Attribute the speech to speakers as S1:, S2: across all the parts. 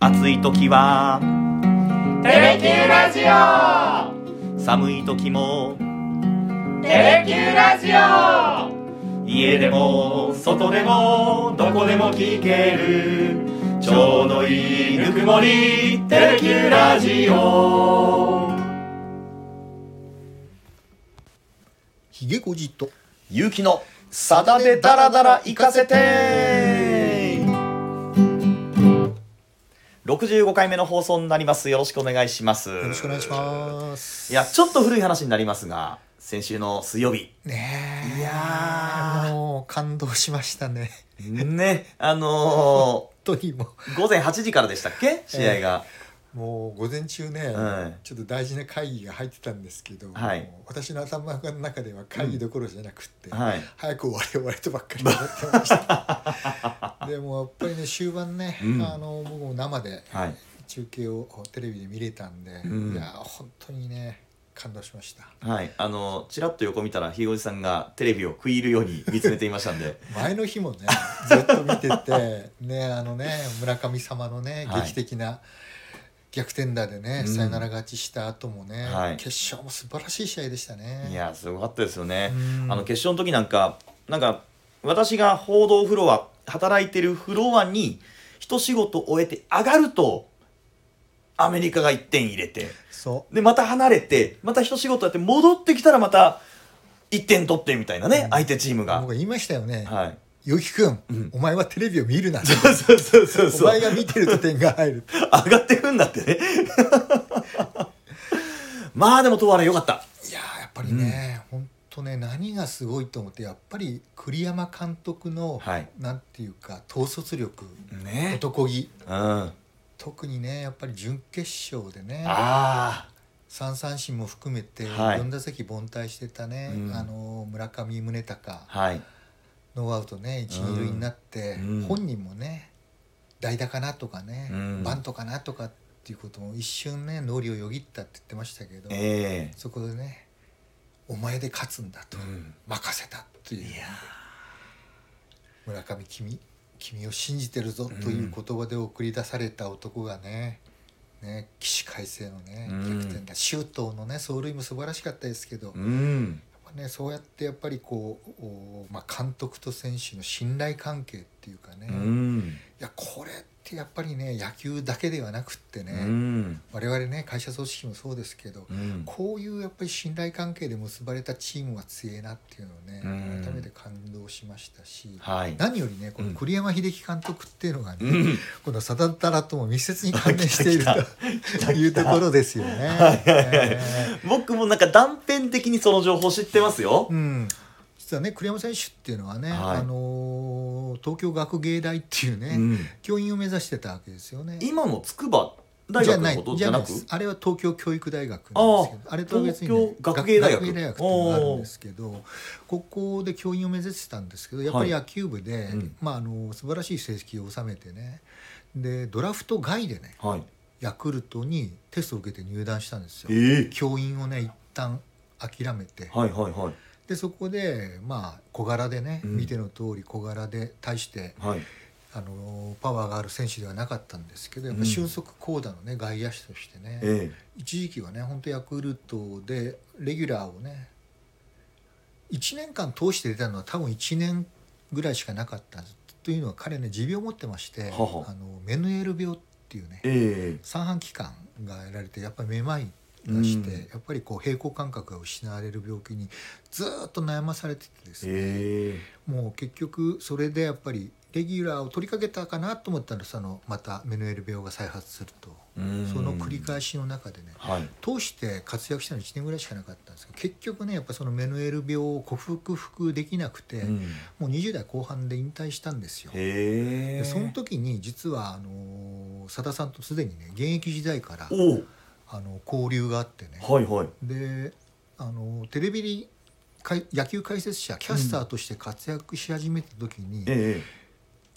S1: 暑い時は
S2: テレキューラジオ
S1: 寒い時も
S2: テレキューラジオ
S1: 家でも外でもどこでも聞けるちょうどいいぬくもりテレキューラジオ
S3: ひげこじと
S1: ゆうきのさだでダラダラ行かせて65回目の放送になりますよろしくお願いしますよ
S3: よろしくお願いします
S1: いやちょっと古い話になりますが先週の水曜日
S3: ねえ
S1: いや
S3: もう感動しましたね
S1: ねあの
S3: 本当にも
S1: ー午前8時からでしたっけ試合が、
S3: うもう午前中ね、
S1: うん
S3: ちょっと大事な会議が入ってたんですけど、
S1: はい
S3: もう私の頭の中では会議どころじゃなくって、
S1: はい
S3: 早く終われ終われとばっかり思ってました でもやっぱりね終盤ね、
S1: うん
S3: あの僕も生で
S1: はい
S3: 中継をテレビで見れたんで、
S1: ん
S3: いや本当にね感動しました
S1: はい、あのちらっと横見たらひいおじさんがテレビを食い入るように見つめていましたんで
S3: 前の日もねずっと見ててねあのね村神様のね
S1: はい
S3: 劇的な逆転打でね、
S1: うん
S3: サヨナラ勝ちした後もね、
S1: はい
S3: 決勝も素晴らしい試合でした ね。
S1: いやすごかったですよね
S3: うん
S1: あの決勝の時なんかなんか私が報道フロア働いてるフロアに一仕事終えて上がるとアメリカが1点入れて
S3: そう
S1: でまた離れてまた一仕事やって戻ってきたらまた1点取ってみたいなね、相手チーム
S3: 僕
S1: が。
S3: が言いましたよね
S1: はい
S3: 「結城君、
S1: うん
S3: お前はテレビを見る な」
S1: そうそうそうそう
S3: お
S1: そう
S3: 前が見てると点が 入る」
S1: 上がってくんだってね まあでも東原良かった
S3: いやーやっぱりね、ほん、本当ね何がすごいと思ってやっぱり栗山監督の、
S1: はい
S3: なんていうか統率力
S1: ね
S3: 男気
S1: うんあ
S3: 特にねやっぱり準決勝でね
S1: あ
S3: 三三振も含めて
S1: はい
S3: 4打席凡退してたね、
S1: うん
S3: あの村上宗隆
S1: はい
S3: ノーアウトね一
S1: うん
S3: 二塁になって、
S1: うん
S3: 本人もね代打かなとかね、
S1: うん
S3: バントかなとかっていうことも一瞬ね脳裏をよぎったって言ってましたけど、
S1: ええ
S3: そこでねお前で勝つんだと、
S1: うん
S3: 任せたという村上君君を信じてるぞという言葉で送り出された男がね、ね起死回生のね
S1: うん
S3: 逆転だ、周東のね走塁も素晴らしかったですけど、やっ
S1: うん
S3: ぱね、そうやってやっぱりこう、おまあ、監督と選手の信頼関係っていうかね、
S1: う
S3: い
S1: ん
S3: やこれってやっぱりね野球だけではなくってね、
S1: うん
S3: 我々ね会社組織もそうですけど、
S1: うん
S3: こういうやっぱり信頼関係で結ばれたチームは強えなっていうのをね、
S1: うん
S3: 改めて感動しましたし、
S1: はい
S3: 何よりねこ
S1: うん
S3: の栗山英樹監督っていうのがね、
S1: うん
S3: このサダンタラとも密接に関連している
S1: 来た
S3: というところですよね。えー
S1: 僕もなんか断片的にその情報知ってますよ
S3: うん、実はね栗山選手っていうのはね、
S1: はい
S3: あのー東京学芸大っていうね、
S1: うん
S3: 教員を目指してたわけですよね。
S1: 今の筑波大
S3: じゃ
S1: 学
S3: な
S1: の
S3: い
S1: こと
S3: じ
S1: じ
S3: ゃ
S1: ゃ
S3: な
S1: ない
S3: で
S1: く
S3: すあれは東京教育大学なんですけどあれとは別に、ね、
S1: 東京学芸大学
S3: 学芸っていうのがあるんですけどここで教員を目指してたんですけどやっぱり
S1: は
S3: 野球部で、
S1: うん
S3: まあ、あの素晴らしい成績を収めてねでドラフト外でね
S1: はい
S3: ヤクルトにテストを受けて入団したんですよ。
S1: ええ
S3: 教員をね一旦諦めて
S1: はいはいはい
S3: でそこでまあ小柄でね、
S1: うん
S3: 見ての通り小柄で対して
S1: はい
S3: あのパワーがある選手ではなかったんですけどやっ
S1: う
S3: ぱ
S1: ん
S3: 俊足高打のね外野手としてね、
S1: え
S3: 一時期はね本当ヤクルトでレギュラーをね1年間通して出たのは多分1年ぐらいしかなかったんですというのは彼ね持病を持ってまして
S1: はは
S3: あのメヌエル病っていうね
S1: えええ
S3: 三半規管が得られてやっぱりめまいがして、
S1: うん
S3: やっぱりこう平衡感覚が失われる病気にずーっと悩まされててですね、
S1: え
S3: もう結局それでやっぱりレギュラーを取りかけたかなと思ったらそのまたメヌエル病が再発すると、
S1: うん
S3: その繰り返しの中でね
S1: はい
S3: 通して活躍したの1年ぐらいしかなかったんですけど結局ねやっぱそのメヌエル病を克服できなくて、
S1: うん
S3: もう20代後半で引退したんですよ。
S1: へえ
S3: でその時に実はあのー、佐田さんとすでにね現役時代から
S1: おう
S3: あの交流があってね、
S1: はいはい
S3: であのテレビにかい野球解説者キャスターとして活躍し始めた時に、
S1: え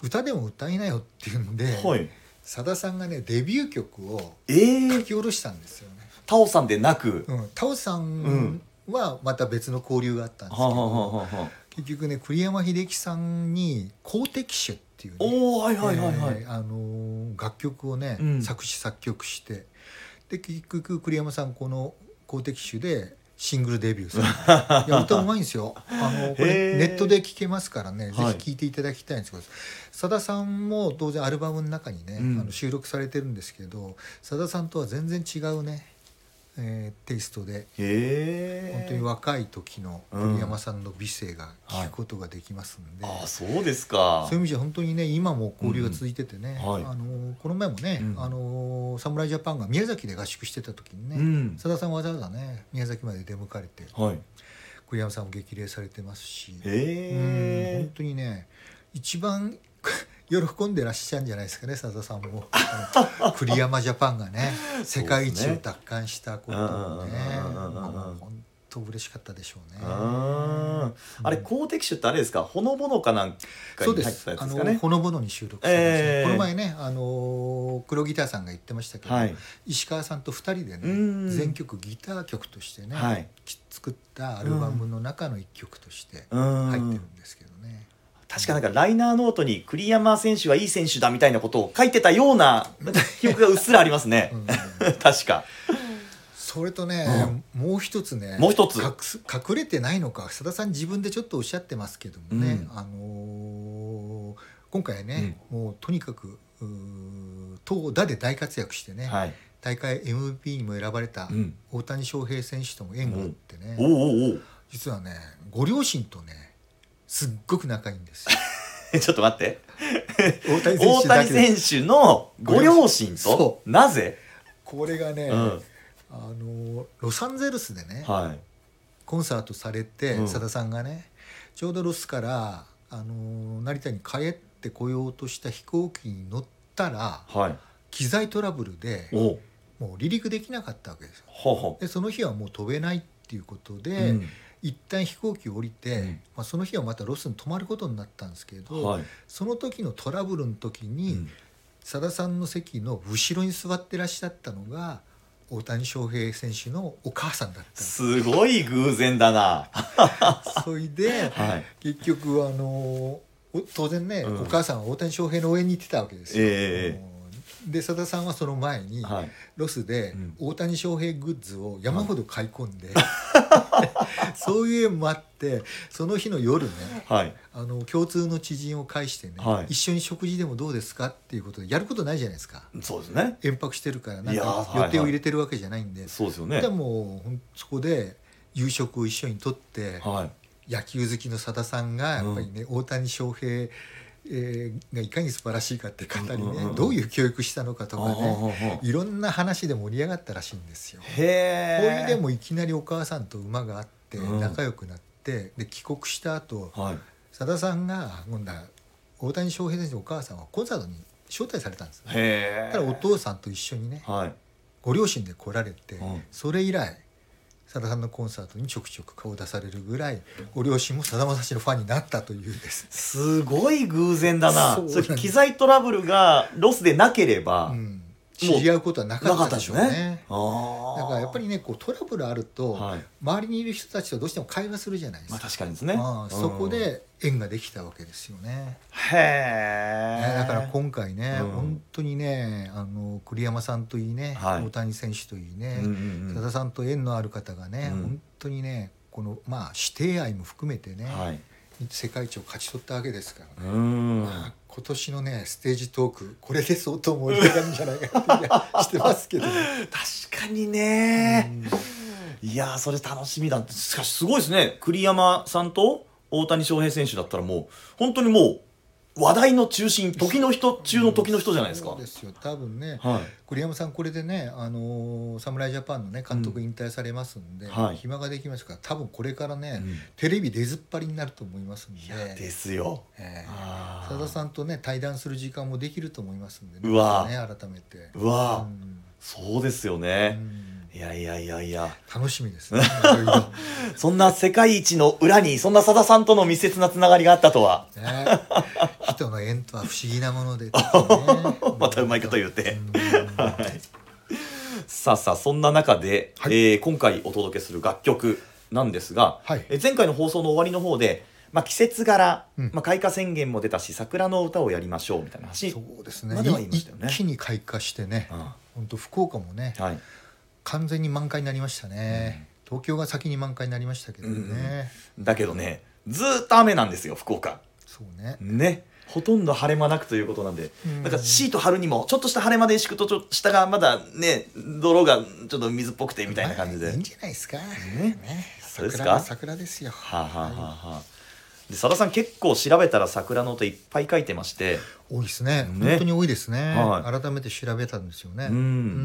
S3: 歌でも歌いなよっていうんで、
S1: えはい
S3: さださんがねデビュー曲を
S1: え
S3: 書
S1: え
S3: き下ろしたんですよね。
S1: タオさんでなく
S3: うん、タオさ
S1: うん
S3: んはまた別の交流があったんですけ
S1: はあ
S3: ど、
S1: はあはあはあ
S3: 結局ね栗山英樹さんに「公的種」っていう、ね
S1: おおはいはいはいはい、
S3: えーあのー楽曲をね、
S1: うん
S3: 作詞作曲してで結局栗山さんこの「公的種」でシングルデビューす るいや歌うまいんですよあのこ
S1: へ
S3: れ
S1: ー
S3: ネットで聴けますからねぜ
S1: はい
S3: ひ聴いていただきたいんですけどさだ、さんも当然アルバムの中にね、
S1: うん
S3: あの収録されてるんですけどさださんとは全然違うね、えーテイストで
S1: へえ
S3: 本当に若い時の栗山さんの美声が聞くことができますんで、
S1: ああそうですか
S3: そういう意味じゃ本当にね今も交流が続いててね、
S1: うんはい
S3: あのこの前もね、
S1: うん
S3: あの侍ジャパンが宮崎で合宿してた時に
S1: う
S3: ね
S1: ん
S3: さだ、さんわざわざね宮崎まで出迎えて
S1: はい
S3: 栗山さんを激励されてますし、うん
S1: へ
S3: 本当にね一番 喜んでらっしゃるんじゃないですかねさださ んもあの栗山ジャパンがね世界一を奪還したことをね
S1: うんうんうんうんうんうんうん
S3: 本当嬉しかったでしょうね
S1: え。ああれ公的種ってあれですかほのぼのかなんか
S3: そう
S1: に
S3: で
S1: 入って
S3: す
S1: たやつ
S3: あ
S1: ですか
S3: の
S1: ね
S3: ほのぼのに収録されてますね、
S1: ええ
S3: この前ねあの黒ギターさんが言ってましたけど、
S1: はい
S3: 石川さんと2人で
S1: う
S3: ね
S1: ん
S3: 全曲ギター曲としてね、
S1: はい
S3: き作ったアルバムの中の1曲として
S1: う
S3: 入ってる
S1: ん
S3: んですけどね、
S1: 確かなんかライナーノートに栗山選手はいい選手だみたいなことを書いてたような記憶がうっすらありますね
S3: うん
S1: 確か
S3: それとね、もう一つね
S1: もう一つ
S3: 隠す隠れてないのかさださん自分でちょっとおっしゃってますけどもね、
S1: う
S3: あのー今回ね、もうとにかくうー投打で大活躍してね、
S1: はい
S3: 大会 MVP にも選ばれた
S1: うん
S3: 大谷翔平選手とも縁があってね、
S1: おうおうおう
S3: 実はねご両親とねすっごく仲いい んです よ
S1: ちょっと待って
S3: 大谷選
S1: 大
S3: 手だ
S1: 谷
S3: けで
S1: 選手のご両親と
S3: そ
S1: なぜ、
S3: これがね、
S1: うん
S3: あのロサンゼルスでね、
S1: はい、
S3: コンサートされて
S1: うん
S3: さだ、さんがねちょうどロスからあの成田に帰ってこようとした飛行機に乗ったら
S1: はい、
S3: 機材トラブルで
S1: おう
S3: もう離陸できなかったわけですよ
S1: ほうほ
S3: でその日はもう飛べないっていうことで、
S1: う、うん
S3: 一旦飛行機を降りて、
S1: うん
S3: まあ、その日はまたロスに泊まることになったんですけど、
S1: はい、
S3: その時のトラブルの
S1: う
S3: 時に
S1: ん
S3: さだ、さんの席の後ろに座ってらっしゃったのが大谷翔平選手のお母さんだったんです
S1: すごい偶然だな
S3: それで
S1: はい
S3: 結局あのお当然ね、
S1: うん
S3: お母さんは大谷翔平の応援に行ってたわけですよ。
S1: え
S3: でさださんはその前に、
S1: はい
S3: ロスで
S1: うん
S3: 大谷翔平グッズを山ほど買い込 んで、そういう縁もあってその日の夜ね
S1: はい
S3: あの共通の知人を介してね、
S1: はい
S3: 一緒に食事でもどうですかっていうことでやることないじゃないですか
S1: そうですね
S3: 遠泊してるからなん
S1: いやー
S3: か
S1: はいはい
S3: 予定を入れてるわけじゃないんで、
S1: そうですよね
S3: でもほんそこで夕食を一緒にとって、
S1: はい
S3: 野球好きのさださんがやっぱりね、大谷翔平えーがいかに素晴らしいかって方に
S1: うん
S3: ね、
S1: うんうん
S3: どういう教育したのかとか
S1: あああ
S3: ね
S1: あ
S3: いろんな話で盛り上がったらしいんですよ。
S1: へ
S3: こ
S1: え
S3: れでもいきなりお母さんと馬があって
S1: うん
S3: 仲良くなって、で帰国した後
S1: はい
S3: さださんが今度は大谷翔平選手のお母さんはコンサートに招待されたんですね
S1: へえ
S3: だからお父さんと一緒にね
S1: はい
S3: ご両親で来られて、
S1: うん
S3: それ以来さださんのコンサートにちょくちょく顔を出されるぐらいご両親もさだまさしのファンになったというです、
S1: すごい偶然だな
S3: そうなん
S1: そ
S3: で
S1: う
S3: す
S1: いう機材トラブルがロスでなければ、
S3: うん、知り合うことはなかったでしょうね
S1: ああ
S3: だからやっぱりねこうトラブルあると、
S1: はい
S3: 周りにいる人たちとどうしても会話するじゃないです
S1: まあ
S3: か、
S1: 確かにですね
S3: ああそこ
S1: うん
S3: で縁ができたわけですよね、
S1: へえ、
S3: ねだから今回ね、
S1: うん
S3: 本当にねあの栗山さんといいね、
S1: はい
S3: 大谷選手といいね、
S1: うんうんうん
S3: さださんと縁のある方がね、
S1: うん
S3: 本当にねこのまあ指定愛も含めてね、
S1: はい
S3: 世界一を勝ち取ったわけですからね、
S1: うーん
S3: まあ今年のねステージトークこれで相当盛り上がるんじゃないかって気が してますけど、
S1: 確かにね、いやーそれ楽しみだしかしすごいですね栗山さんと大谷翔平選手だったらもう本当にもう話題の中心時の人中の 時の人じゃないですか、
S3: そうですよ多分ね、
S1: はい
S3: 栗山さんこれでね、あのー侍ジャパンのね監督引退されますんで、
S1: うんはい
S3: 暇ができますから多分これからね、
S1: うん
S3: テレビ出ずっぱりになると思いますんで
S1: いやですよ
S3: ええ
S1: あ
S3: さださんとね対談する時間もできると思いますんでね
S1: うわ
S3: またね改めて
S1: うわー
S3: うん
S1: そうですよ
S3: う
S1: ね、
S3: ん
S1: いやいやいやいや
S3: 楽しみですねいろいろ
S1: そんな世界一の裏にそんなさださんとの密接なつながりがあったとは
S3: ね人の縁とは不思議なもので、ね
S1: またうまいこと言って
S3: ん
S1: はいさあさあそんな中で、
S3: はい
S1: えー今回お届けする楽曲なんですが、
S3: はい
S1: えー前回の放送の終わりの方でまあ、季節柄、
S3: うん
S1: まあ、開花宣言も出たし桜の歌をやりましょうみたいな話
S3: そうですね
S1: まだは言いまし
S3: 一
S1: たよね
S3: 気に開花してね
S1: うんは
S3: 本当福岡もね
S1: い、
S3: 完全に満開になりましたね、東京が先に満開になりましたけどね、
S1: うんうんだけどねずーっと雨なんですよ福岡
S3: そうね、
S1: ねほとんど晴れ間なくということなんで、
S3: うん
S1: なんかシート張るにもちょっとした晴れ間で敷くとちょ下がまだね泥がちょっと水っぽくてみたいな感じで、
S3: まあいいんじゃないですか
S1: ねそうですか
S3: 桜は桜ですよ
S1: はあ、はあはあはあ、で佐田さん結構調べたら桜の歌いっぱい書いてまして
S3: 多いですね
S1: ね
S3: 本当に多いですね、
S1: は
S3: 改めて調べたんですよね、
S1: うん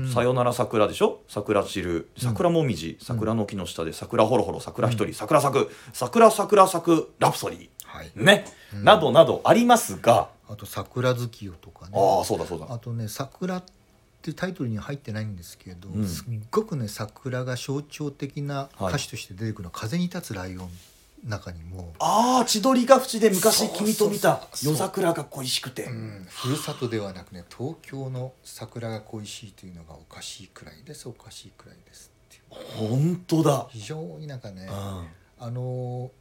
S3: うん
S1: さよなら桜でしょ桜散る桜もみじ、桜の木の下で桜ほろほろ桜一人、桜咲く桜桜咲くラプソデ
S3: はい
S1: ィね、などなどありますが、
S3: あと「桜月夜」とかね
S1: ああそうだそうだ
S3: あとね「桜」ってタイトルには入ってないんですけど、
S1: うん
S3: すっごくね桜が象徴的な歌詞として出てくるのは「風に立つライオン」の中にも、
S1: ああ千鳥ヶ淵で
S3: そ
S1: 昔
S3: うそうそう
S1: 君と見た
S3: そう
S1: 夜桜が恋しくて、
S3: うんふるさとではなくね東京の桜が恋しいというのがおかしいくらいですおかしいくらいですっていう
S1: 本当だ、
S3: 非常になんかね
S1: うん、は
S3: あの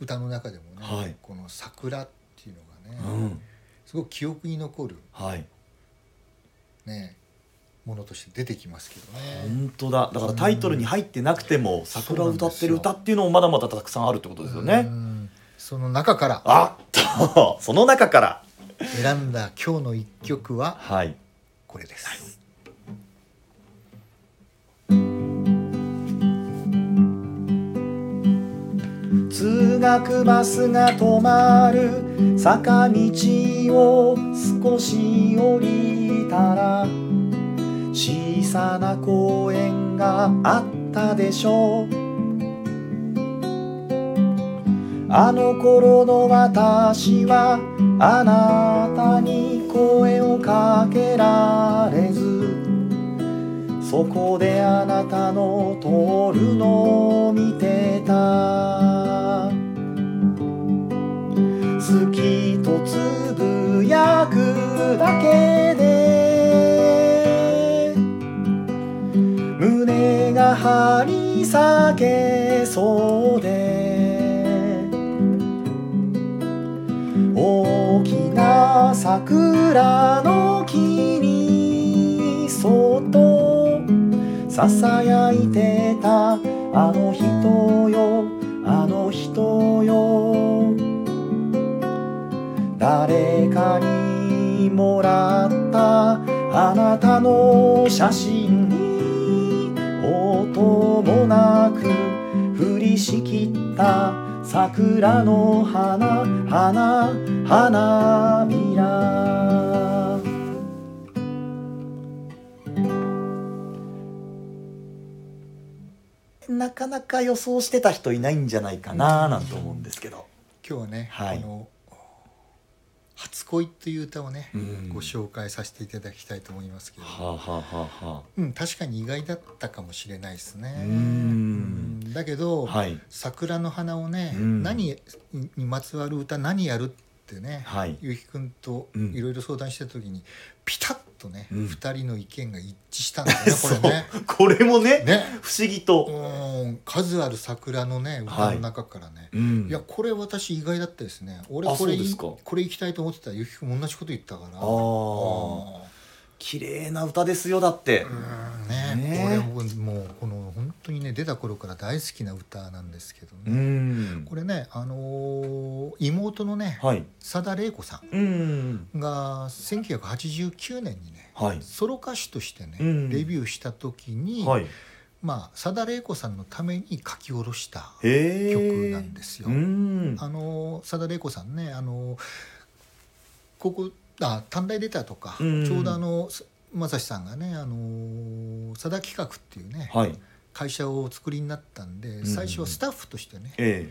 S3: 歌の中でもね、
S1: はい
S3: この「桜」っていうのがね、
S1: うん
S3: すごく記憶に残る、
S1: い
S3: ね、ものとして出てきますけどね。
S1: 本当だだからタイトルに入ってなくても桜を歌ってる歌っていうのもまだまだたくさんあるってことですよ
S3: う
S1: ね
S3: んその中から
S1: あっとその中から
S3: 選んだ今日の一曲は
S1: はい
S3: これです。
S1: 通学バスが止まる坂道を少し降りたら小さな公園があったでしょうあの頃の私はあなたに声をかけられずそこであなたの通るのを見てた好きとつぶやくだけで胸が張り裂けそうで大きな桜の木にそっとささやいてたあの人よあの人よ誰かにもらったあなたの写真に音もなく降りしきった桜の花花花びらなかなか予想してた人いないんじゃないかななんて思うんですけど、
S3: 今日はね、
S1: はい
S3: あの初恋という歌をね、ご紹介させていただきたいと思いますけど、
S1: はあ、はあはあは
S3: うん、確かに意外だったかもしれないですね。
S1: うーん
S3: うんだけど、
S1: あ、はい
S3: 桜の花をね、
S1: うん
S3: 何にまつわる歌何やるってね、
S1: はい
S3: ゆうきくんと
S1: うん
S3: いろいろ相談してた時にピタッとね、
S1: うん
S3: 二人の意見が一致したんだよね こ
S1: そう
S3: れね。
S1: これもね
S3: ね
S1: 不思議と、
S3: うん数ある桜のね歌の中からね、
S1: うん
S3: いやこれ私意外だったですね俺
S1: あ
S3: これ
S1: そうですか
S3: これ行きたいと思ってたらゆきくんも同じこと言ったから
S1: あー綺麗な歌ですよだって、
S3: うんね
S1: ね
S3: 俺ももうこの本当にね出た頃から大好きな歌なんですけどね、
S1: うん
S3: これね、あのー妹のね、
S1: はい
S3: 佐田玲子さ
S1: うん
S3: んが1989年にね
S1: はい
S3: ソロ歌手としてね、
S1: うん
S3: デビューした時に、
S1: はい
S3: まあ、佐田玲子さんのために書き下ろした、
S1: へー
S3: 曲なんですよ
S1: うん
S3: あのー佐田玲子さんね、あのーここあ短大出たとか、
S1: うん
S3: ちょうどあの正志さんがね、あのー佐田企画っていうね、
S1: はい
S3: 会社をお作りになったんで
S1: ん
S3: 最初はスタッフとしてね、
S1: え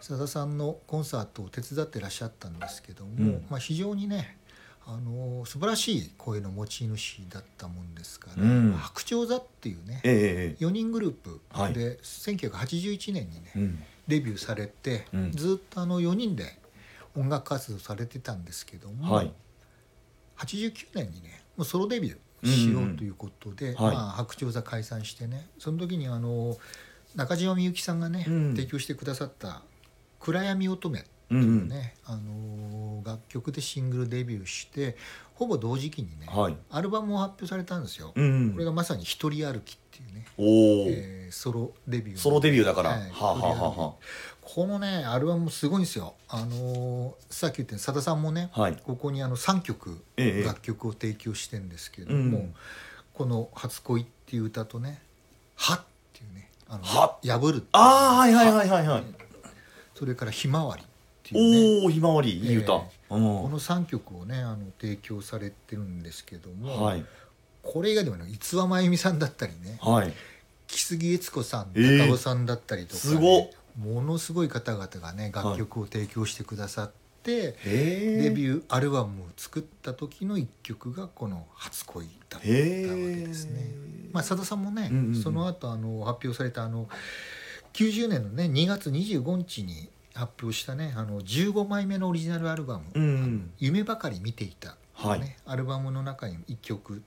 S3: さださんのコンサートを手伝ってらっしゃったんですけども、
S1: うん
S3: まあ、非常にねあの素晴らしい声の持ち主だったもんですから「
S1: うん
S3: 白鳥座」っていうね
S1: えええ
S3: 4人グループ
S1: はい
S3: で1981年にね
S1: えうん
S3: デビューされて、
S1: うん
S3: ずっとあの4人で音楽活動されてたんですけども、
S1: はい
S3: 89年にねもうソロデビューしようということ
S1: ん
S3: で、
S1: うんはい
S3: まあ、白鳥座解散してねその時にあの中島みゆきさんがね、
S1: うん
S3: 提供してくださった「暗闇乙女」っ
S1: うんうん
S3: ねあのー楽曲でシングルデビューしてほぼ同時期にね、
S1: はい
S3: アルバムを発表されたんですよ、
S1: うん
S3: これがまさに「一人歩き」っていうね、
S1: おお、
S3: えーソロデビュー
S1: ソロデビューだから、
S3: は
S1: はいあはあはあは
S3: このねアルバムもすごいんですよ、あのーさっき言ったようにさださんもね、
S1: はい
S3: ここにあの3曲
S1: ええ
S3: 楽曲を提供してるんですけれども、
S1: うん
S3: この「初恋」っていう歌とね「は」っていうね「あの
S1: は
S3: 破るっていう」
S1: ああはいはいはいはいはい
S3: それから「ひまわり」っていうね
S1: おおひまわりいい歌、
S3: え
S1: うん
S3: この3曲をねあの提供されてるんですけども、
S1: はい
S3: これ以外でもね逸話真由美さんだったりね
S1: はい
S3: 木杉悦子さん
S1: ええ
S3: 高尾さんだったりとかね、
S1: すご
S3: ものすごい方々がね楽曲を提供してくださって、
S1: へ
S3: デ
S1: ー
S3: ビューアルバムを作った時の一曲がこの「初恋」だったわけ
S1: へ
S3: ですね。
S1: ー
S3: まあ、さださんもね、
S1: うんうんうん
S3: その後あの発表されたあの90年のね2月25日に発表したねあの15枚目のオリジナルアルバム「
S1: うん
S3: 夢ばかり見ていた」
S1: はい
S3: ねアルバムの中に1曲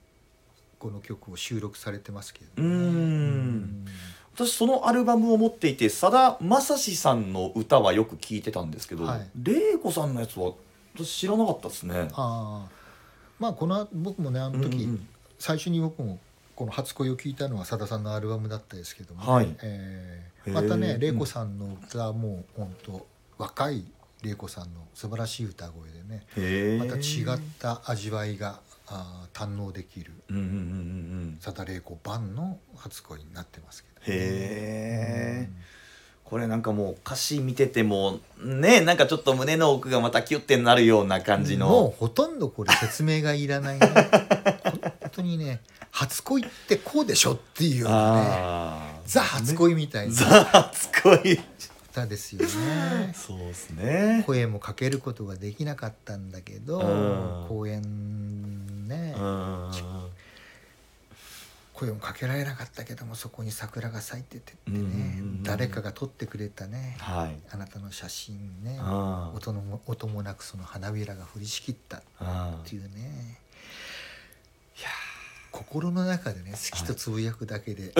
S3: この曲を収録されてますけれど
S1: う
S3: もね、
S1: ん私そのアルバムを持っていてさだまさしさんの歌はよく聞いてたんですけど、
S3: はい
S1: 玲子さんのやつは私知らなかったですね
S3: ああまあこの僕もねあの時、
S1: うんうん
S3: 最初に僕もこの「初恋」を聞いたのはさださんのアルバムだったですけども、
S1: はい
S3: え
S1: へ
S3: ー
S1: ー
S3: またね
S1: うん
S3: 玲子さんの歌はもう本当若い玲子さんの素晴らしい歌声でね
S1: へえ
S3: また違った味わいがあー堪能できる
S1: うんうんうんうんうん
S3: さだ玲子版の「初恋」になってますけど、
S1: へえ、これなんかもう歌詞見ててもねなんかちょっと胸の奥がまたキュッてなるような感じ
S3: もう
S1: の、
S3: ほとんどこれ説明がいらないね 本当にね「初恋ってこうでしょ」っていうようなね
S1: ああ
S3: ザ初恋みたいな
S1: ザ初恋。
S3: 歌ですよね
S1: そうですね
S3: 声もかけることができなかったんだけ
S1: う
S3: ど
S1: ん
S3: 公演ね
S1: うん
S3: 声もかけられなかったけどもそこに桜が咲いててって
S1: うん
S3: ね
S1: うんうん
S3: 誰かが撮ってくれたね
S1: はい
S3: あなたの写真ね
S1: あ
S3: 音のも音もなくその花びらが降りしきったっ
S1: あ
S3: ていうねいやー心の中でね好きとつぶやくだけで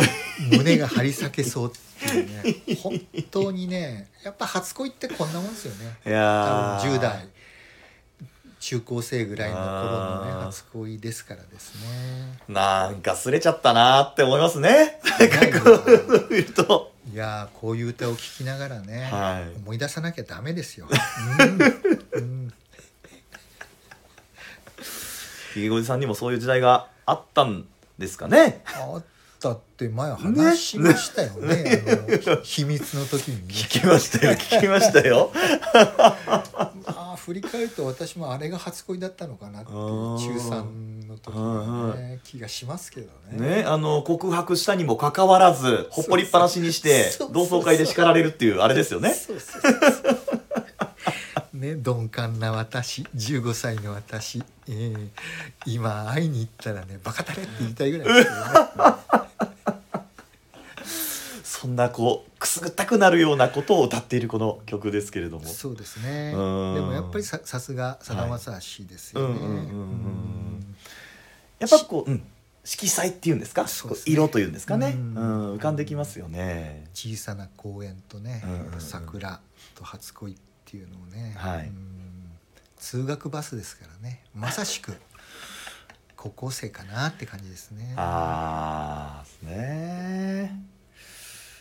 S3: 胸が張り裂けそうっていうね本当にねやっぱ初恋ってこんなもんですよね。
S1: いや
S3: 多
S1: ー
S3: 分10代中高生ぐらいの頃のね
S1: あー
S3: 初恋ですからです ね
S1: なんかすれちゃったなーって思いますね見ると
S3: いやーこういう歌を聴きながらね、
S1: はい
S3: 思い出さなきゃダメですよ、うんうん
S1: ひげごじさんにもそういう時代があったんですかね
S3: あったって前話しましたよ ねあの秘密の時にね
S1: 聞きましたよ聞きましたよ
S3: あー振り返ると私もあれが初恋だったのかなっていう
S1: あー
S3: 中3の時の、ね、気がしますけどね
S1: ねあの告白したにもかかわらずほっぽりっぱなしにして
S3: そうそう
S1: 同窓会で叱られるっていうあれですよね
S3: そうそうそう そうね鈍感な私15歳の私、えー今会いに行ったらねバカタレって言いたいぐらいですけどね
S1: そんなこうくすぐったくなるようなことを歌っているこの曲ですけれども
S3: そうですね
S1: う
S3: で
S1: ん
S3: もやっぱりささすがさだまさしですよね、
S1: はいうんうんうんうん
S3: うん
S1: やっぱこう、うん、色彩っていうんですか
S3: そうですね
S1: こう色というんですかね、
S3: う
S1: うんん浮かんできますよね。
S3: 小さな公園とね、
S1: うんうんうん
S3: 桜と初恋っていうのをね、
S1: はい
S3: うん通学バスですからねまさしく高校生かなって感じですね
S1: あーですね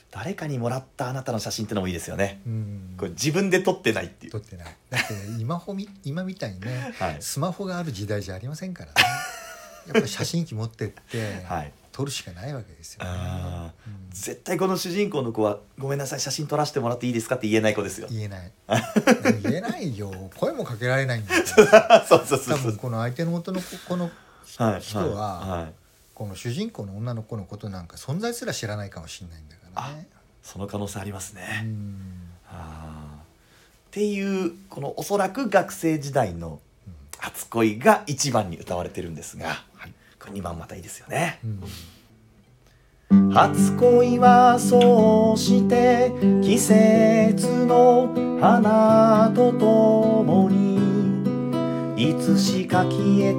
S1: 誰かにもらったあなたの写真ってのもいいですよね。
S3: うん
S1: これ自分で撮ってないっていう
S3: 撮。ってないだってね今ほみ今みたいにね
S1: はい
S3: スマホがある時代じゃありませ んからねやっぱり写真機持ってって、
S1: はい
S3: 撮るしかないわけですよね、
S1: あー
S3: うん
S1: 絶対この主人公の子は「ごめんなさい写真撮らせてもらっていいですか?」って言えない子ですよ。
S3: 言えない 言えないよ声もかけられないんだよ
S1: そうそうそ
S3: 多
S1: うそ
S3: 分
S1: う。
S3: この相手の元の子この
S1: はい
S3: 人は
S1: はい、
S3: この主人公の女の子のことなんか存在すら知らないかもしれないんだからね
S1: その可能性ありますね。
S3: うん
S1: あーっていうこのおそらく学生時代の初恋が1番に歌われてるんですが、これ2番またいいですよね。
S3: うん
S1: 初恋はそうして季節の花とともにいつしか消え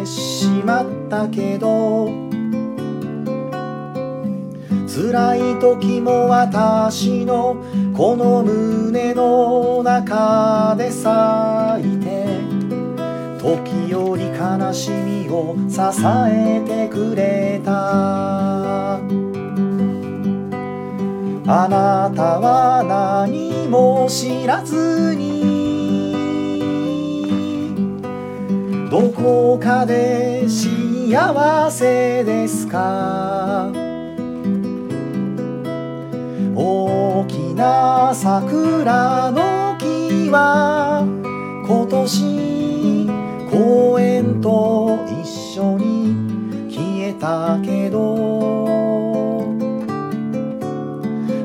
S1: てしまったけど辛い時も私のこの胸の中で咲いて時より悲しみを支えてくれたあなたは何も知らずにどこかで幸せですか大きな桜の木は今年公園と一緒に消えたけど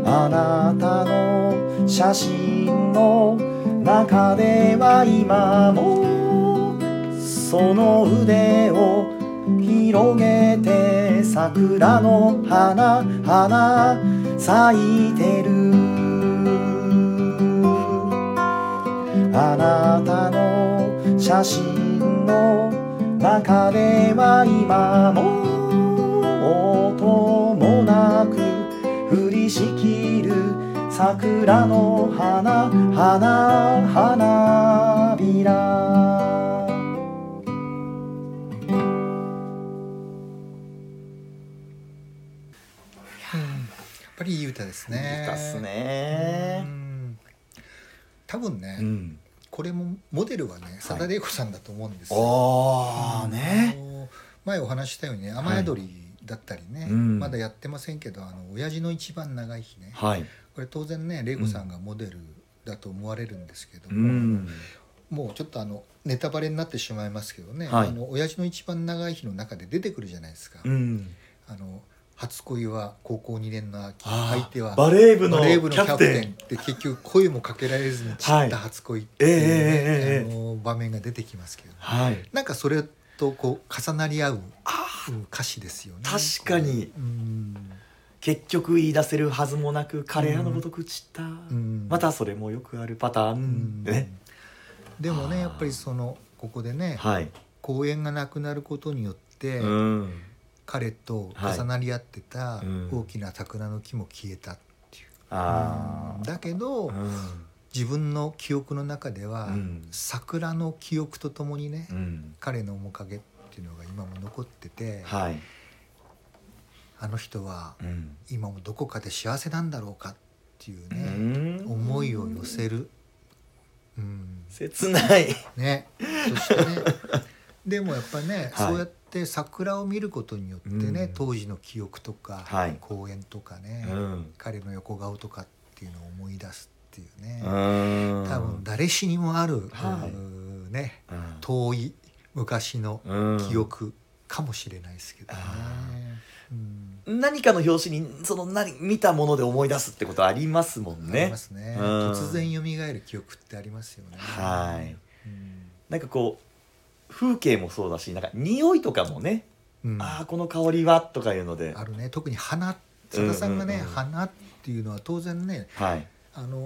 S1: あなたの写真の中では今もその腕を広げて桜の花花咲いてるあなたの写真の中では今も音もなく降りしきる桜の花花花びら
S3: やっぱりいい歌ですね。
S1: だっす
S3: う
S1: ね
S3: ん。多分ね、
S1: うん
S3: これもモデルはね、佐田玲子さんだと思うんですよ。
S1: ああね
S3: あの前お話ししたようにね、雨宿りだったりね、
S1: はいうん
S3: まだやってませんけど、あの親父の一番長い日ね。
S1: はい
S3: これ当然ね、玲子さんがモデルだと思われるんですけど
S1: う
S3: も。
S1: ん
S3: もうちょっとあのネタバレになってしまいますけどね、
S1: はい
S3: あの親父の一番長い日の中で出てくるじゃないですか。
S1: うん
S3: あの初恋は高校2年の秋
S1: あー
S3: 相手は
S1: バレー部の
S3: バ
S1: キ
S3: レー部のキ
S1: ャ
S3: ャ
S1: プ
S3: プテン
S1: テン
S3: で結局声もかけられずに散った初恋っていう、ね
S1: はいええええええ
S3: あの場面が出てきますけど、
S1: はい
S3: なんかそれとこう重なり合ううん歌詞ですよね
S1: 確かに
S3: うん
S1: 結局言い出せるはずもなく彼らのごとく散った、
S3: ん
S1: またそれもよくあるパターン、
S3: うん
S1: ね
S3: でも
S1: あー
S3: ねやっぱりそのここでね、
S1: はい、
S3: 公演がなくなることによって、
S1: うん
S3: 彼と重なり合ってた
S1: いうん
S3: 大きな桜の木も消えたっていう、
S1: ああ
S3: だけど、
S1: うん
S3: 自分の記憶の中では、
S1: うん
S3: 桜の記憶とともにね、
S1: うん
S3: 彼の面影っていうのが今も残ってて、
S1: はい、
S3: あの人は
S1: うん
S3: 今もどこかで幸せなんだろうかっていう
S1: う
S3: ね、
S1: ん、
S3: 思いを寄せる、うん、
S1: 切ない
S3: ねそしてねでもやっぱね、
S1: はい
S3: そうやって桜を見ることによってね、
S1: うん
S3: 当時の記憶とか、
S1: はい
S3: 公園とかね、
S1: うん
S3: 彼の横顔とかっていうのを思い出すっていうね、
S1: うん
S3: 多分誰しにもある、
S1: はい
S3: うんね
S1: うん
S3: 遠い昔の
S1: うん
S3: 記憶かもしれないですけどね
S1: あ。
S3: うん
S1: 何かの表紙にその何見たもので思い出すってことありますもん
S3: あり
S1: ね
S3: ますね。
S1: うん
S3: 突然蘇る記憶ってありますよね。
S1: はい
S3: うん。
S1: なんかこう風景もそうだしなんか匂いとかもね、
S3: うん
S1: あ
S3: あ
S1: あこの香りはとかいうので
S3: るね。特に花、佐田さんがね、
S1: うんうんうん
S3: 花っていうのは当然ね、
S1: はい
S3: あの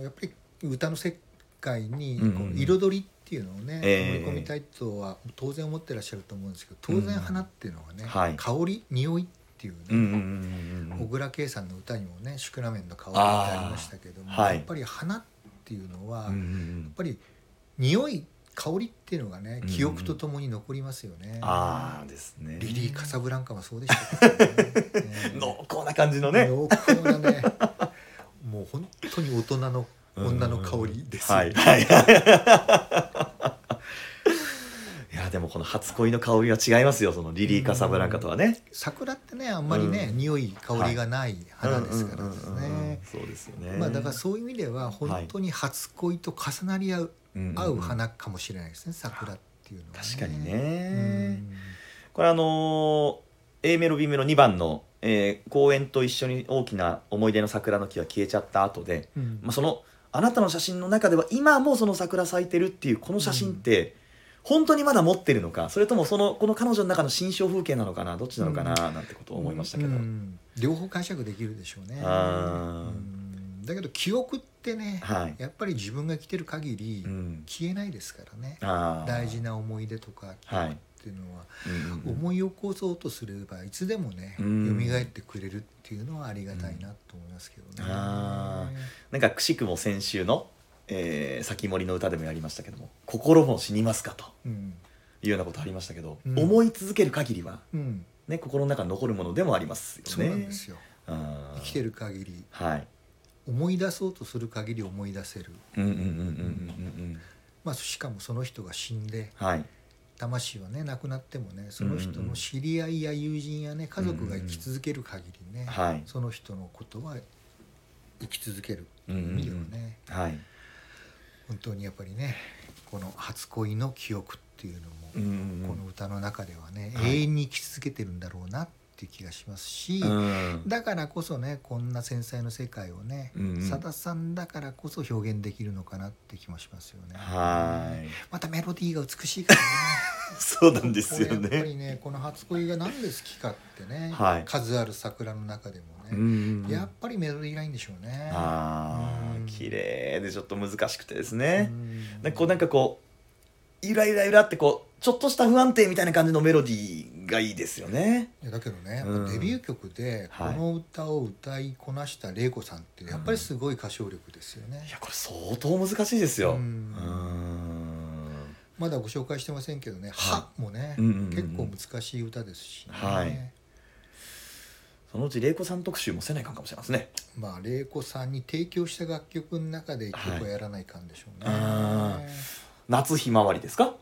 S3: ーやっぱり歌の世界に
S1: うんうん
S3: こう彩りっていうのをね、
S1: ええ
S3: 盛り込みたいとは当然思ってらっしゃると思うんですけど、当然花っていうのは
S1: う
S3: ね、
S1: んはい
S3: 香り、匂いっていうね。
S1: うんうんうんうんう
S3: 小
S1: ん
S3: 倉圭さんの歌にもね「宿儺面の香り」ってありましたけども、
S1: あーはい
S3: やっぱり花っていうのは、
S1: うんう
S3: やっ
S1: ん
S3: ぱり匂い香りっていうのがね
S1: うん
S3: 記憶とともに残りますよね。
S1: ああですね
S3: リリー・カサブランカもそうでした けどねね
S1: 濃厚な感じのね
S3: 濃厚なねもう本当に大人の女の香りですよ
S1: は
S3: ね
S1: いはいはいいやでもこの初恋の香りは違いますよそのリリー・カサブランカとはね
S3: 桜ってねあんまりね、
S1: うん
S3: 匂い香りがない花ですからです
S1: うんうんうんうん
S3: ね。
S1: そうですよね
S3: まあ、だからそういう意味では本当に初恋と重なり合う
S1: うん
S3: 合う花かもしれないですね、桜っていうのは、
S1: 確かに
S3: う
S1: ね
S3: ん
S1: これあのー A メロ B メロ2番の、えー公園と一緒に大きな思い出の桜の木が消えちゃった後で、
S3: うん
S1: まあ、そのあなたの写真の中では今もその桜咲いてるっていうこの写真って、本当にまだ持ってるのかそれともそのこの彼女の中の心象風景なのかなどっちなのかな、なんてことを思いましたけど、
S3: うん両方解釈できるでしょうね、
S1: あー
S3: うんだけど記憶ってね、
S1: はい、
S3: やっぱり自分が生きてる限り
S1: うん、
S3: 消えないですからね、
S1: あー
S3: 大事な思い出とか記
S1: は
S3: 憶っ
S1: い
S3: っていうのは
S1: うん
S3: 思い起こそうとすればいつでもね
S1: うん
S3: 蘇ってくれるっていうのはありがたいなと思いますけどね。
S1: あなんかくしくも先週の「えー、先森の歌」でもやりましたけども「心も死にますか」と
S3: うん
S1: いうようなことありましたけど、
S3: うん
S1: 思い続ける限りは、
S3: うん、
S1: ね、心の中に残るものでもありますよね。
S3: そうなんですよ、
S1: うん
S3: 生きてる限り
S1: はい
S3: 思い出そうとする限り思い出せる、
S1: うんうんうんうんうんうんうん
S3: まあ、しかもその人が死んで
S1: はい
S3: 魂はね亡くなってもねその人の知り合いや友人やね家族が生き続ける限りね、
S1: はい
S3: その人のことは生き続ける
S1: うんうんうん
S3: いいよね
S1: はい
S3: 本当にやっぱりねこの初恋の記憶っていうのも、
S1: うんうんうん
S3: この歌の中ではね、
S1: はい
S3: 永遠に生き続けてるんだろうなっていう気がしますし、
S1: うん
S3: だからこそねこんな繊細な世界をね、
S1: うんうん
S3: さださんだからこそ表現できるのかなって気もしますよね。
S1: はい
S3: またメロディーが美しいからね。
S1: そうなんですよ
S3: これやっぱ
S1: ね。
S3: りねこの初恋が何で好きかってね、
S1: はい
S3: 数ある桜の中でも
S1: う
S3: ね、
S1: ん
S3: やっぱりメロディーラインでしょうね。
S1: あ
S3: う
S1: ー
S3: ん
S1: 綺麗でちょっと難しくてですね
S3: う。ん
S1: なんかこうなんかこうゆらゆらゆらってこうちょっとした不安定みたいな感じのメロディーがいいですよね。
S3: いやだけどね、
S1: うん
S3: デビュー曲でこ
S1: はい
S3: の歌を歌いこなした玲子さんってやっぱりすごい歌唱力ですよね
S1: い、やこれ相当難しいですよ。う
S3: うん
S1: ん
S3: まだご紹介してませんけどね「は
S1: は」
S3: もね、
S1: うんうんうん
S3: 結構難しい歌ですしね、
S1: はいそのうち玲子さん特集もせないかんかもしれませんね。
S3: まあ玲子さんに提供した楽曲の中で一曲はやらないかんでしょうね、
S1: あ夏ひまわりですか？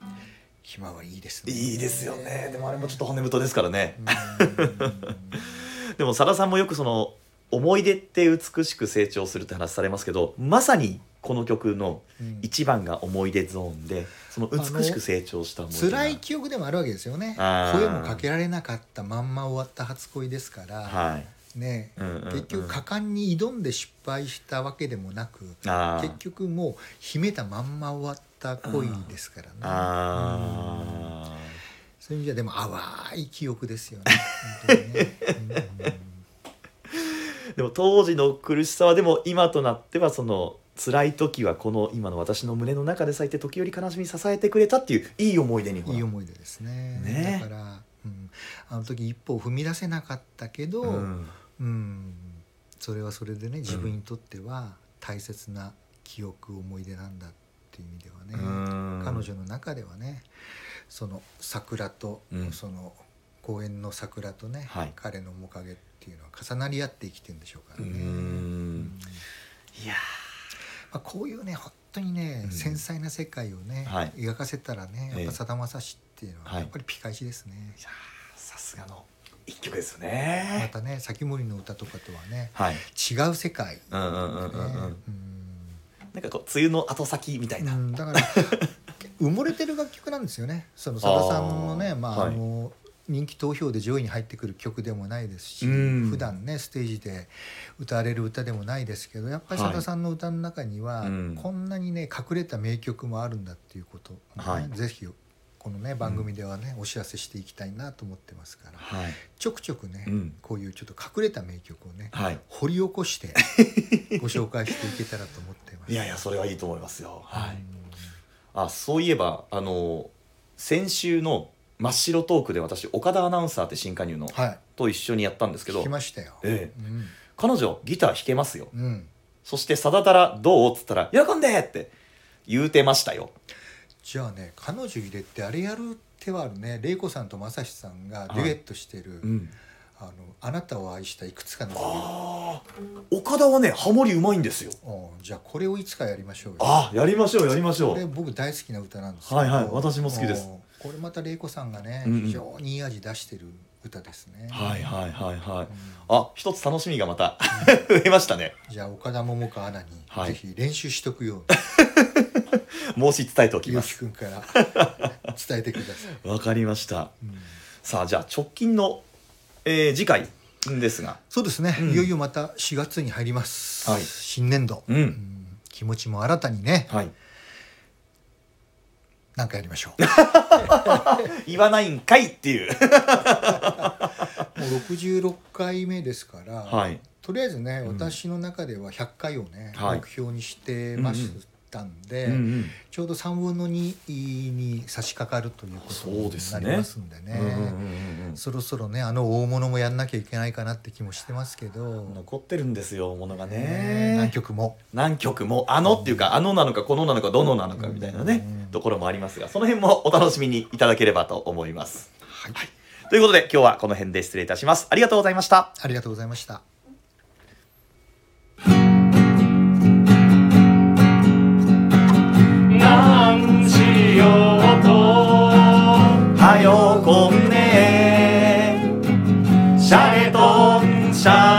S3: ひまはいいですね
S1: いいですよね。でもあれもちょっと骨太ですからね
S3: う。ん
S1: でもさださんもよくその思い出って美しく成長するって話されますけどまさにこの曲の
S3: うん
S1: 一番が思い出ゾーンでその美しく成長した思い出が
S3: 辛い記憶でもあるわけですよね
S1: あー
S3: 声もかけられなかったまんま終わった初恋ですから、
S1: はい、
S3: ね
S1: うんうんうん
S3: 結局果敢に挑んで失敗したわけでもなく
S1: あー
S3: 結局もう秘めたまんま終わった恋ですからねうん
S1: あ
S3: そういう意味じゃでも淡い記憶ですよね本当にね
S1: ーでも当時の苦しさはでも今となってはその辛い時はこの今の私の胸の中で咲いて時折悲しみに支えてくれたっていういい思い出に
S3: う
S1: ほ
S3: ん
S1: ら
S3: いい思い出ですね
S1: ね
S3: だから、うん、あの時一歩を踏み出せなかったけど、
S1: うん
S3: うんそれはそれでね自分にとっては大切な記憶思い出なんだっていう意味ではね、
S1: うん
S3: 彼女の中ではねその桜と、
S1: うん
S3: その公園の桜とね、
S1: はい
S3: 彼の面影っていうのは重なり合って生きてるんでしょうから
S1: う
S3: ね、
S1: んいや
S3: まあ、こういうね本当にね、
S1: うん
S3: 繊細な世界をね、
S1: はい
S3: 描かせたらね
S1: え
S3: やっ
S1: え
S3: ぱさだまさしっていうの
S1: は
S3: はいやっぱりピカイチですね、
S1: ーいやーさすがの一曲ですよ
S3: ま
S1: ね。
S3: たね「先森の歌」とかとはね
S1: はい
S3: 違う世界、ね
S1: うんうんうんうんうん
S3: うん
S1: なんかこう梅雨の後先みたいな、
S3: うん、だ から埋もれてる楽曲なんですよねそのさださんのね
S1: あー
S3: まあ、
S1: はい
S3: あの人気投票で上位に入ってくる曲でもないですし、
S1: うん
S3: 普段ねステージで歌われる歌でもないですけどやっぱり
S1: はい
S3: さださんの歌の中には、
S1: うん
S3: こんなにね隠れた名曲もあるんだっていうことをね、
S1: はい
S3: ぜひこのね番組ではね、お知らせしていきたいなと思ってますから
S1: はい
S3: ちょくちょくね、
S1: うん
S3: こういうちょっと隠れた名曲をね
S1: はい
S3: 掘り起こしてご紹介していけたらと思ってま す。
S1: いやいやそれはいいと思いますよ、は
S3: う
S1: い
S3: ん、
S1: あそういえばあの先週の「真っ白トーク」で私岡田アナウンサーって新加入の、
S3: はい
S1: と一緒にやったんですけど
S3: 聞きましたよ。
S1: え彼女ギター弾けますよ
S3: うん、うん、
S1: そして「さだたらどう?」っつったら「喜んで!」って言うてましたよ
S3: じゃあね彼女入れてあれやる手はあるね玲子さんと正志さんがデュエットしてる「
S1: ん
S3: あのあなたを愛したいくつかの理由
S1: あー岡田はねハモリうまいんですよ」
S3: うんじゃあこれをいつかやりましょうよ
S1: あやりましょうやりましょ
S3: これ
S1: う
S3: 僕大好きな歌なんです
S1: はいはい私も好きです
S3: うんこれまた玲子さんがね
S1: うんうん
S3: 非常にいい味出してる歌ですね、
S1: はいはいはいはい
S3: うん
S1: あ一つ楽しみがまた 増えましたね
S3: じゃあ岡田桃佳アナに
S1: はい
S3: ぜひ練習しと くように、
S1: 申し伝えておき
S3: ゆ
S1: ま
S3: うき
S1: す
S3: くんから伝えてください、
S1: わかりました
S3: うん
S1: さあじゃあ直近の、えー次回ですが
S3: そうですね、
S1: うん
S3: いよいよまた4月に入ります、
S1: はい
S3: 新年度、
S1: うん
S3: ん気持ちも新たにね
S1: はい
S3: なんかやりましょ
S1: 言わないんかいって いう
S3: うもう66回目ですから、
S1: はい
S3: とりあえずね私の中では100回をね、
S1: はい
S3: 目標にしてますったんで、
S1: うんうん
S3: ちょうど3分の2に差し掛かるということ
S1: そうです
S3: に
S1: ね
S3: なりますんでね
S1: うんうんうん
S3: そろそろねあの大物もやんなきゃいけないかなって気もしてますけ
S1: うん
S3: ど、
S1: 残ってるんですよものが
S3: ね、
S1: ね
S3: 何曲も
S1: 何曲もあのっていうかあのなのかこのなのかどのなのかみたいなね
S3: うん
S1: ところもありますがその辺もお楽しみにいただければと思います。はいということで今日はこの辺で失礼いたします。ありがとうございました。
S3: ありがとうございました。
S2: 何しようと
S1: はよこんねシャレとんシャ